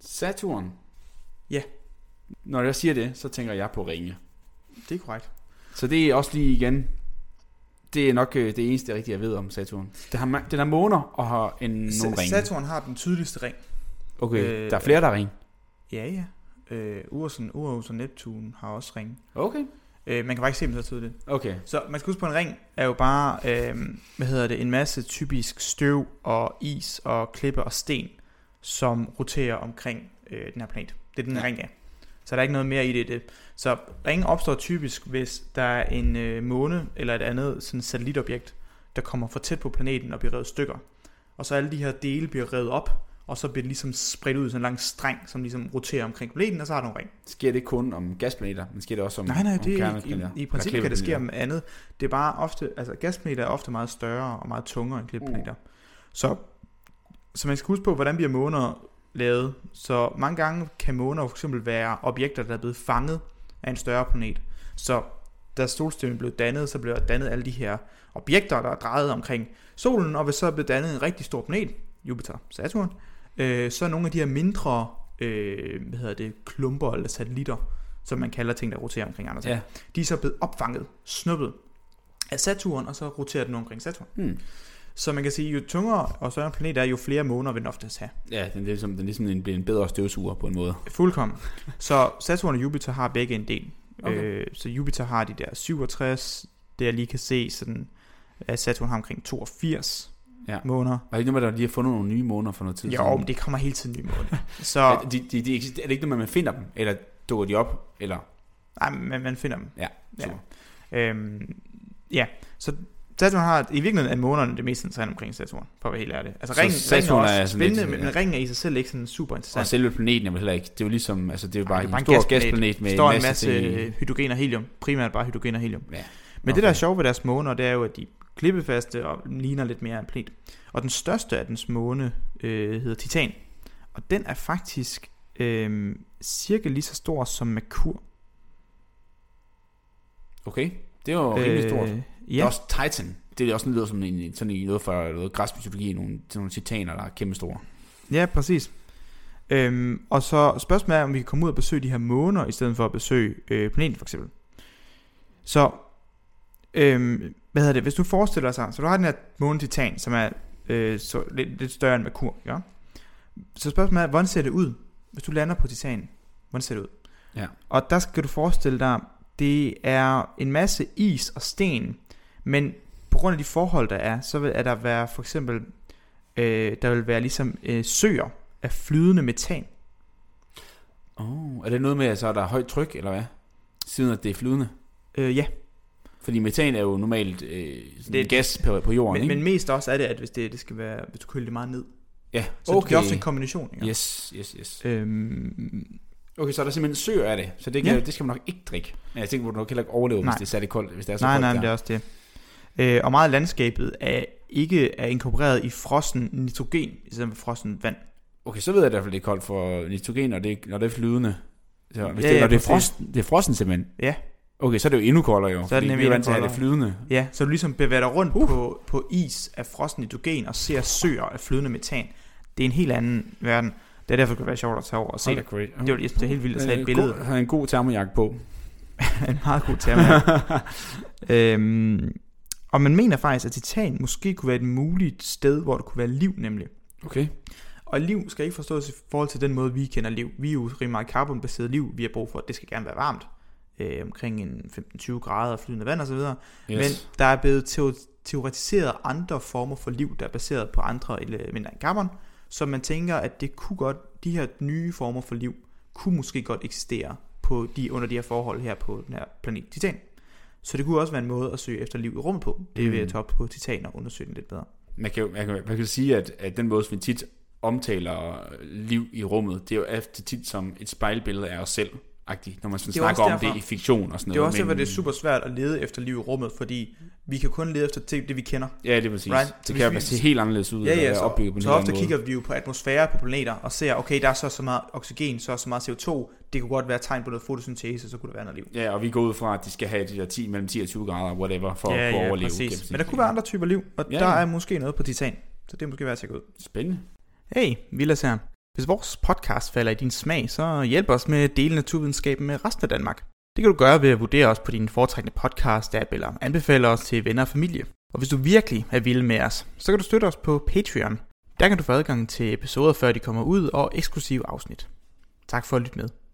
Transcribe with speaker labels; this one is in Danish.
Speaker 1: Saturn.
Speaker 2: Ja.
Speaker 1: Når jeg siger det, så tænker jeg på ringe.
Speaker 2: Det er korrekt.
Speaker 1: Så det er også lige igen, det er nok øh, det eneste rigtige, jeg ved om Saturn. Den har, ma- den har måner og har en, nogle
Speaker 2: Sa-
Speaker 1: ringe.
Speaker 2: Saturn har den tydeligste ring.
Speaker 1: Okay,
Speaker 2: Øh,
Speaker 1: der er flere, der har ringe.
Speaker 2: Ja, ja. Øh, Ursen, Uros og Neptun har også ringe.
Speaker 1: Okay.
Speaker 2: Øh, man kan faktisk se dem så tydeligt.
Speaker 1: Okay.
Speaker 2: Så man skal huske på, at en ring er jo bare, øh, hvad hedder det, en masse typisk støv og is og klippe og sten, som roterer omkring øh, den her planet. Det er den her
Speaker 1: Ja.
Speaker 2: ring af. Så der er ikke noget mere i det, i det. Så ringen opstår typisk, hvis der er en øh, måne eller et andet sådan satellitobjekt, der kommer for tæt på planeten og bliver revet i stykker. Og så alle de her dele bliver revet op, og så bliver det ligesom spredt ud i sådan en lang streng, som ligesom roterer omkring planeten, og så har den en ring.
Speaker 1: Sker det kun om gasplaneter, men sker det også om
Speaker 2: Nej, nej,
Speaker 1: om
Speaker 2: det er,
Speaker 1: kerneplaneter?
Speaker 2: i, i, i
Speaker 1: Eller
Speaker 2: princippet kan det ske
Speaker 1: klippeplaneter?
Speaker 2: om andet. Det er bare ofte, altså gasplaneter er ofte meget større og meget tungere end klippeplaneter. Mm. Så, så man skal huske på, hvordan bliver måner lavet. Så mange gange kan måner jo for eksempel være objekter, der er blevet fanget af en større planet. Så da solsystemet blev dannet, så blev der dannet alle de her objekter, der er drejet omkring solen, og hvis så er blevet dannet en rigtig stor planet, Jupiter, Saturn, øh, så er nogle af de her mindre øh, hvad hedder det, klumper eller satellitter, som man kalder ting, der roterer omkring andre ting.
Speaker 1: Ja.
Speaker 2: De er så blevet opfanget, snuppet af Saturn, og så roterer den omkring Saturn.
Speaker 1: Hmm.
Speaker 2: Så man kan sige, jo tungere og større en planet er, jo flere måneder vil den oftest have.
Speaker 1: Ja, den er ligesom, den er ligesom en, bliver en bedre støvsuger på en måde.
Speaker 2: Fuldkommen. Så Saturn og Jupiter har begge en del.
Speaker 1: Okay.
Speaker 2: Okay. Øh, så Jupiter har de der 67, det jeg lige kan se, sådan, at Saturn har omkring 82
Speaker 1: Ja.
Speaker 2: ja. måneder.
Speaker 1: Og ikke noget, med, at der lige har fundet nogle nye måneder for noget tid
Speaker 2: Jo, men det kommer hele tiden nye måneder.
Speaker 1: Er,
Speaker 2: Så
Speaker 1: de, de, de eksisterer, er det ikke noget, med, at man finder dem? Eller dukker de op? Eller,
Speaker 2: ej, man, man finder dem.
Speaker 1: ja,
Speaker 2: Ja.
Speaker 1: super.
Speaker 2: Øhm, ja, så Saturn har i virkeligheden er månederne det mest interessante omkring Saturn, for at være helt ærlig. Altså
Speaker 1: Så
Speaker 2: ringen,
Speaker 1: Saturn
Speaker 2: ringen er
Speaker 1: er
Speaker 2: også
Speaker 1: sådan lidt-
Speaker 2: spændende, men, men ringen er i sig selv ikke sådan super
Speaker 1: Og
Speaker 2: interessant.
Speaker 1: selve planeten er vel heller ikke, det er jo ligesom, altså det er jo bare,
Speaker 2: Det er
Speaker 1: en, stor
Speaker 2: gasplanet.
Speaker 1: gasplanet med
Speaker 2: Der står en masse
Speaker 1: ting i.
Speaker 2: øh, hydrogen og helium, primært bare hydrogen og helium.
Speaker 1: Ja.
Speaker 2: Men det, der er
Speaker 1: Okay.
Speaker 2: sjovt ved deres måner, det er jo, at de er klippefaste og ligner lidt mere en planet. Og den største af dens måne øh, hedder Titan. Og den er faktisk øh, cirka lige så stor som Merkur.
Speaker 1: Okay, det er jo rimelig stort.
Speaker 2: Øh,
Speaker 1: Der er
Speaker 2: ja,
Speaker 1: også Titan. Det er også lyder som en, sådan en, noget fra noget græsfysiologi, nogle, til nogle titaner, der er kæmpe store.
Speaker 2: ja, præcis. Øhm, og så spørgsmålet er, om vi kan komme ud og besøge de her måner, i stedet for at besøge øh, planeten for eksempel. Så, øhm, hvad hedder det, hvis du forestiller dig, så du har den her måne Titan, som er øh, så, lidt, lidt større end Merkur, ja? Så spørgsmålet er, hvordan ser det ud, hvis du lander på Titan? Hvordan ser det ud?
Speaker 1: Ja.
Speaker 2: Og der skal du forestille dig, det er en masse is og sten, men på grund af de forhold, der er, så vil er der være for eksempel, øh, der vil være ligesom øh, søer af flydende metan.
Speaker 1: Oh, er det noget med, at så er der højt tryk, eller hvad? Siden at det er flydende?
Speaker 2: Øh, ja,
Speaker 1: Fordi metan er jo normalt øh, sådan
Speaker 2: Det-
Speaker 1: en gas på, på jorden,
Speaker 2: men,
Speaker 1: ikke?
Speaker 2: men mest også er det, at hvis det, det skal være, hvis du køler det meget ned.
Speaker 1: ja,
Speaker 2: Så okay. det er ofte en kombination. Ikke?
Speaker 1: Yes, yes, yes.
Speaker 2: Øhm,
Speaker 1: Okay, så er der simpelthen søer af det, så det, kan, ja.
Speaker 2: Ja.
Speaker 1: det skal man nok ikke drikke. Men jeg tænker, du nok heller ikke overleve, hvis
Speaker 2: Nej.
Speaker 1: det er særlig koldt, hvis det Altså, er så
Speaker 2: nej,
Speaker 1: koldt
Speaker 2: nej, men
Speaker 1: der.
Speaker 2: det er også det. Øh, og meget af landskabet er ikke er inkorporeret i frossen nitrogen, i stedet for frossen vand.
Speaker 1: Okay, så ved jeg i hvert fald, det er koldt for nitrogen, og det, er- når det er flydende. Så hvis
Speaker 2: Ja,
Speaker 1: det,
Speaker 2: ja,
Speaker 1: når det er,
Speaker 2: præcis.
Speaker 1: frosten, det er frosten simpelthen.
Speaker 2: Ja.
Speaker 1: Okay, så er det jo endnu koldere jo.
Speaker 2: Så er det
Speaker 1: fordi
Speaker 2: nemlig
Speaker 1: vi jo
Speaker 2: endnu
Speaker 1: vant til at have det flydende.
Speaker 2: Ja, så du ligesom bevæger dig rundt uh. på, på is af frossen nitrogen og ser søer af flydende metan. Det er en helt anden verden. Det er derfor, det kan være sjovt at tage over og se det. Det var, jeg synes, det er helt vildt at tage et billede.
Speaker 1: Jeg havde en Øh, god termojakke på.
Speaker 2: en meget god term. øhm, og man mener faktisk, at Titan måske kunne være et muligt sted, hvor der kunne være liv nemlig.
Speaker 1: Okay.
Speaker 2: Og liv skal ikke forstås i forhold til den måde, vi kender liv. Vi er jo rimelig meget karbonbaseret liv, vi har brug for. Det skal gerne være varmt, øh, omkring en 15-20 grader og flydende vand osv.
Speaker 1: Yes.
Speaker 2: Men der er blevet teo- teoretiseret andre former for liv, der er baseret på andre elementer end carbon, så man tænker, at det kunne godt, de her nye former for liv, kunne måske godt eksistere på de, under de her forhold her på den her planet Titan. Så det kunne også være en måde at søge efter liv i rummet på. Det vil
Speaker 1: Mm.
Speaker 2: jeg tage op på Titan og undersøge den lidt bedre.
Speaker 1: man kan jo man kan, man kan sige, at, at den måde, som vi tit omtaler liv i rummet, det er jo ofte tit som et spejlbillede af os selv, agtigt, når man sådan
Speaker 2: Det er jo
Speaker 1: snakker om
Speaker 2: også
Speaker 1: det
Speaker 2: derfor-
Speaker 1: i fiktion og sådan
Speaker 2: Det er
Speaker 1: noget.
Speaker 2: også derfor, det er super svært at lede efter liv i rummet, fordi vi kan kun lede efter ting, det vi kender.
Speaker 1: Ja, det er præcis.
Speaker 2: Right?
Speaker 1: Right?
Speaker 2: Så
Speaker 1: Det
Speaker 2: hvis
Speaker 1: kan jo
Speaker 2: vi-
Speaker 1: se helt anderledes ud,
Speaker 2: Ja,
Speaker 1: og
Speaker 2: ja,
Speaker 1: være
Speaker 2: så,
Speaker 1: opbygget på en
Speaker 2: så
Speaker 1: helt
Speaker 2: ofte
Speaker 1: anden
Speaker 2: kigger vi jo på atmosfære på planeter og ser, okay, der er så så meget oxygen, så så meget CO2, det kunne godt være et tegn på noget fotosyntese, så kunne der være noget liv.
Speaker 1: måde. Ja, og vi går ud fra, at de skal have de der 10, mellem 10 og 20 grader, whatever, for at kunne overleve. kan man sige.
Speaker 2: Men der kunne være andre typer liv, og
Speaker 1: Ja,
Speaker 2: ja, der
Speaker 1: ja.
Speaker 2: er måske noget på titan, så det er måske værd at tjekke ud.
Speaker 1: Spændende.
Speaker 2: Hey, Vilas her. Hvis vores podcast falder i din smag, så hjælp os med at dele naturvidenskaben med resten af Danmark. Det kan du gøre ved at vurdere os på din foretrækkende podcast-app eller anbefale os til venner og familie. Og hvis du virkelig er vild med os, så kan du støtte os på Patreon. Der kan du få adgang til episoder, før de kommer ud, og eksklusive afsnit. Tak for at lytte med.